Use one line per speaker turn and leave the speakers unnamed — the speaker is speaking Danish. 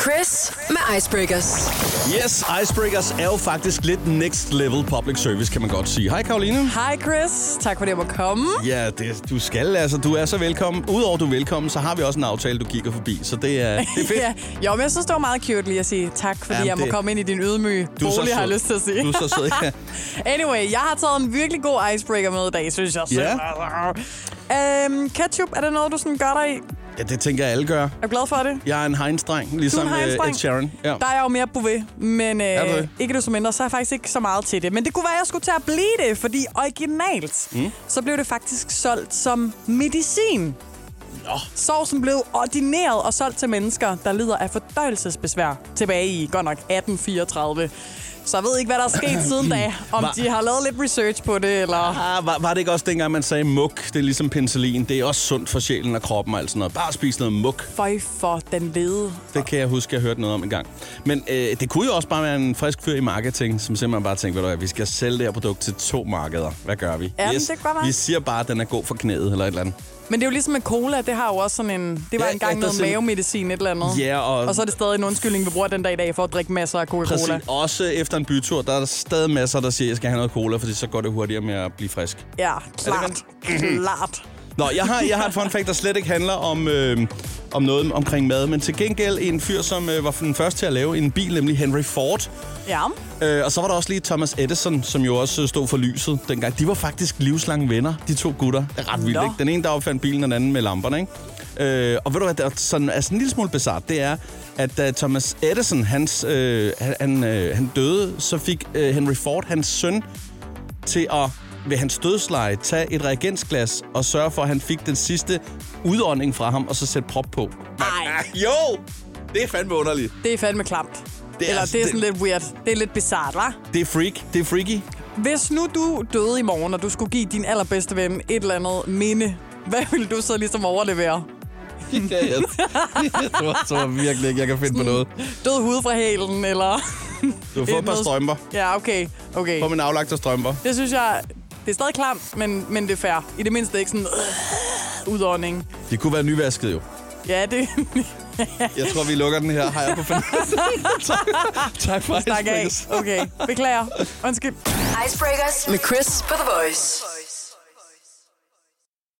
Chris med Icebreakers.
Yes, Icebreakers er jo faktisk lidt next level public service, kan man godt sige. Hej Karoline.
Hej Chris, tak fordi jeg må komme.
Ja, det, du skal altså. Du er så velkommen. Udover du er velkommen, så har vi også en aftale, du kigger forbi. Så det er, det er fedt.
Ja. Jo, men jeg synes, det var meget cute lige at sige tak, fordi
Jamen,
Jamen, jeg må
det-
komme ind i din ydmyge
Du er så
bolig, har jeg
sød.
lyst til at sige.
Du er så sød, ja.
anyway, jeg har taget en virkelig god icebreaker med i dag, synes jeg selv. Ja. Øhm, ketchup, er det noget, du sådan gør dig i?
ja, det tænker jeg alle gør.
Er du glad for det?
Jeg er en heinz-dreng,
Du er
ligesom
en
øh,
hejnsdreng.
Ed Sheeran. Ja.
Der er jeg jo mere bouvet, men
du
øh,
det?
ikke desto mindre, så er jeg faktisk ikke så meget til det. Men det kunne være, at jeg skulle til at blive det, fordi originalt, mm. så blev det faktisk solgt som medicin.
Nå.
Sovsen blev ordineret og solgt til mennesker, der lider af fordøjelsesbesvær tilbage i godt nok 1834. Så jeg ved ikke, hvad der er sket siden da. Om
Hva-
de har lavet lidt research på det, eller...
Ah, var, var det ikke også dengang, man sagde muk? Det er ligesom penicillin. Det er også sundt for sjælen og kroppen og alt sådan noget. Bare spis noget muk.
Føj for den lede.
Det kan jeg huske, jeg hørte noget om en gang. Men øh, det kunne jo også bare være en frisk fyr i marketing, som simpelthen bare tænkte, ved du hvad, vi skal sælge det her produkt til to markeder. Hvad gør vi?
Ja, men det kan godt være.
Vi siger bare, at den er god for knæet eller et eller andet.
Men det er jo ligesom med cola, det har jo også sådan en... Det var
Ja,
ja, engang
ja, der
noget
er simpel-
mavemedicin, et eller andet.
Ja, og-
og så er det stadig en undskyldning, vi bruger den dag i dag for at drikke masser af Coca-Cola.
Præcis. Også efter en bytur, der er der stadig masser, der siger, at jeg skal have noget cola, fordi så går det hurtigere med at blive frisk.
Ja, klart.
Mhm.
klart.
Nå, jeg har, jeg har et fun fact, der slet ikke handler om, øh, om noget omkring mad, men til gengæld en fyr, som øh, var den første til at lave en bil, nemlig Henry Ford.
Ja.
Øh, og så var der også lige Thomas Edison, som jo også øh, stod for lyset dengang. De var faktisk livslange venner, de to gutter. Det er ret vildt,
Nå.
ikke? Den ene, der opfandt bilen, og den anden med lamperne, ikke? Øh, og ved du hvad, der er sådan, er sådan en lille smule bizart, det er, at da Thomas Edison, hans, øh, han- han, øh, han døde, så fik øh, Henry Ford, hans søn, til at ved hans dødsleje tage et reagensglas og sørge for, at han fik den sidste udånding fra ham, og så sætte prop på.
Nej,
Jo! Det er fandme underligt.
det er fandme klamt.
Det er
Eller
altså-
det er sådan
det-
lidt weird. Det er lidt bizart, hva'?
Det er freak. Det er freaky.
Hvis nu du døde i morgen, og du skulle give din allerbedste ven et eller andet minde, hvad ville du så ligesom overlevere?
Ja, jeg, jeg tror, tror virkelig ikke, jeg kan finde på noget.
Død hud fra hælen, eller...
Du får et par
noget-
strømper.
Ja, okay. okay.
Få min aflagte strømper.
Det synes jeg... Det er stadig klamt, men, men det er fair. I det mindste ikke sådan... Øh, udånding.
Det kunne være nyvasket jo.
Ja, det...
Jeg tror, vi lukker den her. Hej jeg på fornemmelsen. tak, tak for
Snak af.
icebreakers.
Okay, beklager. Undskyld.
Icebreakers med Chris på The Voice.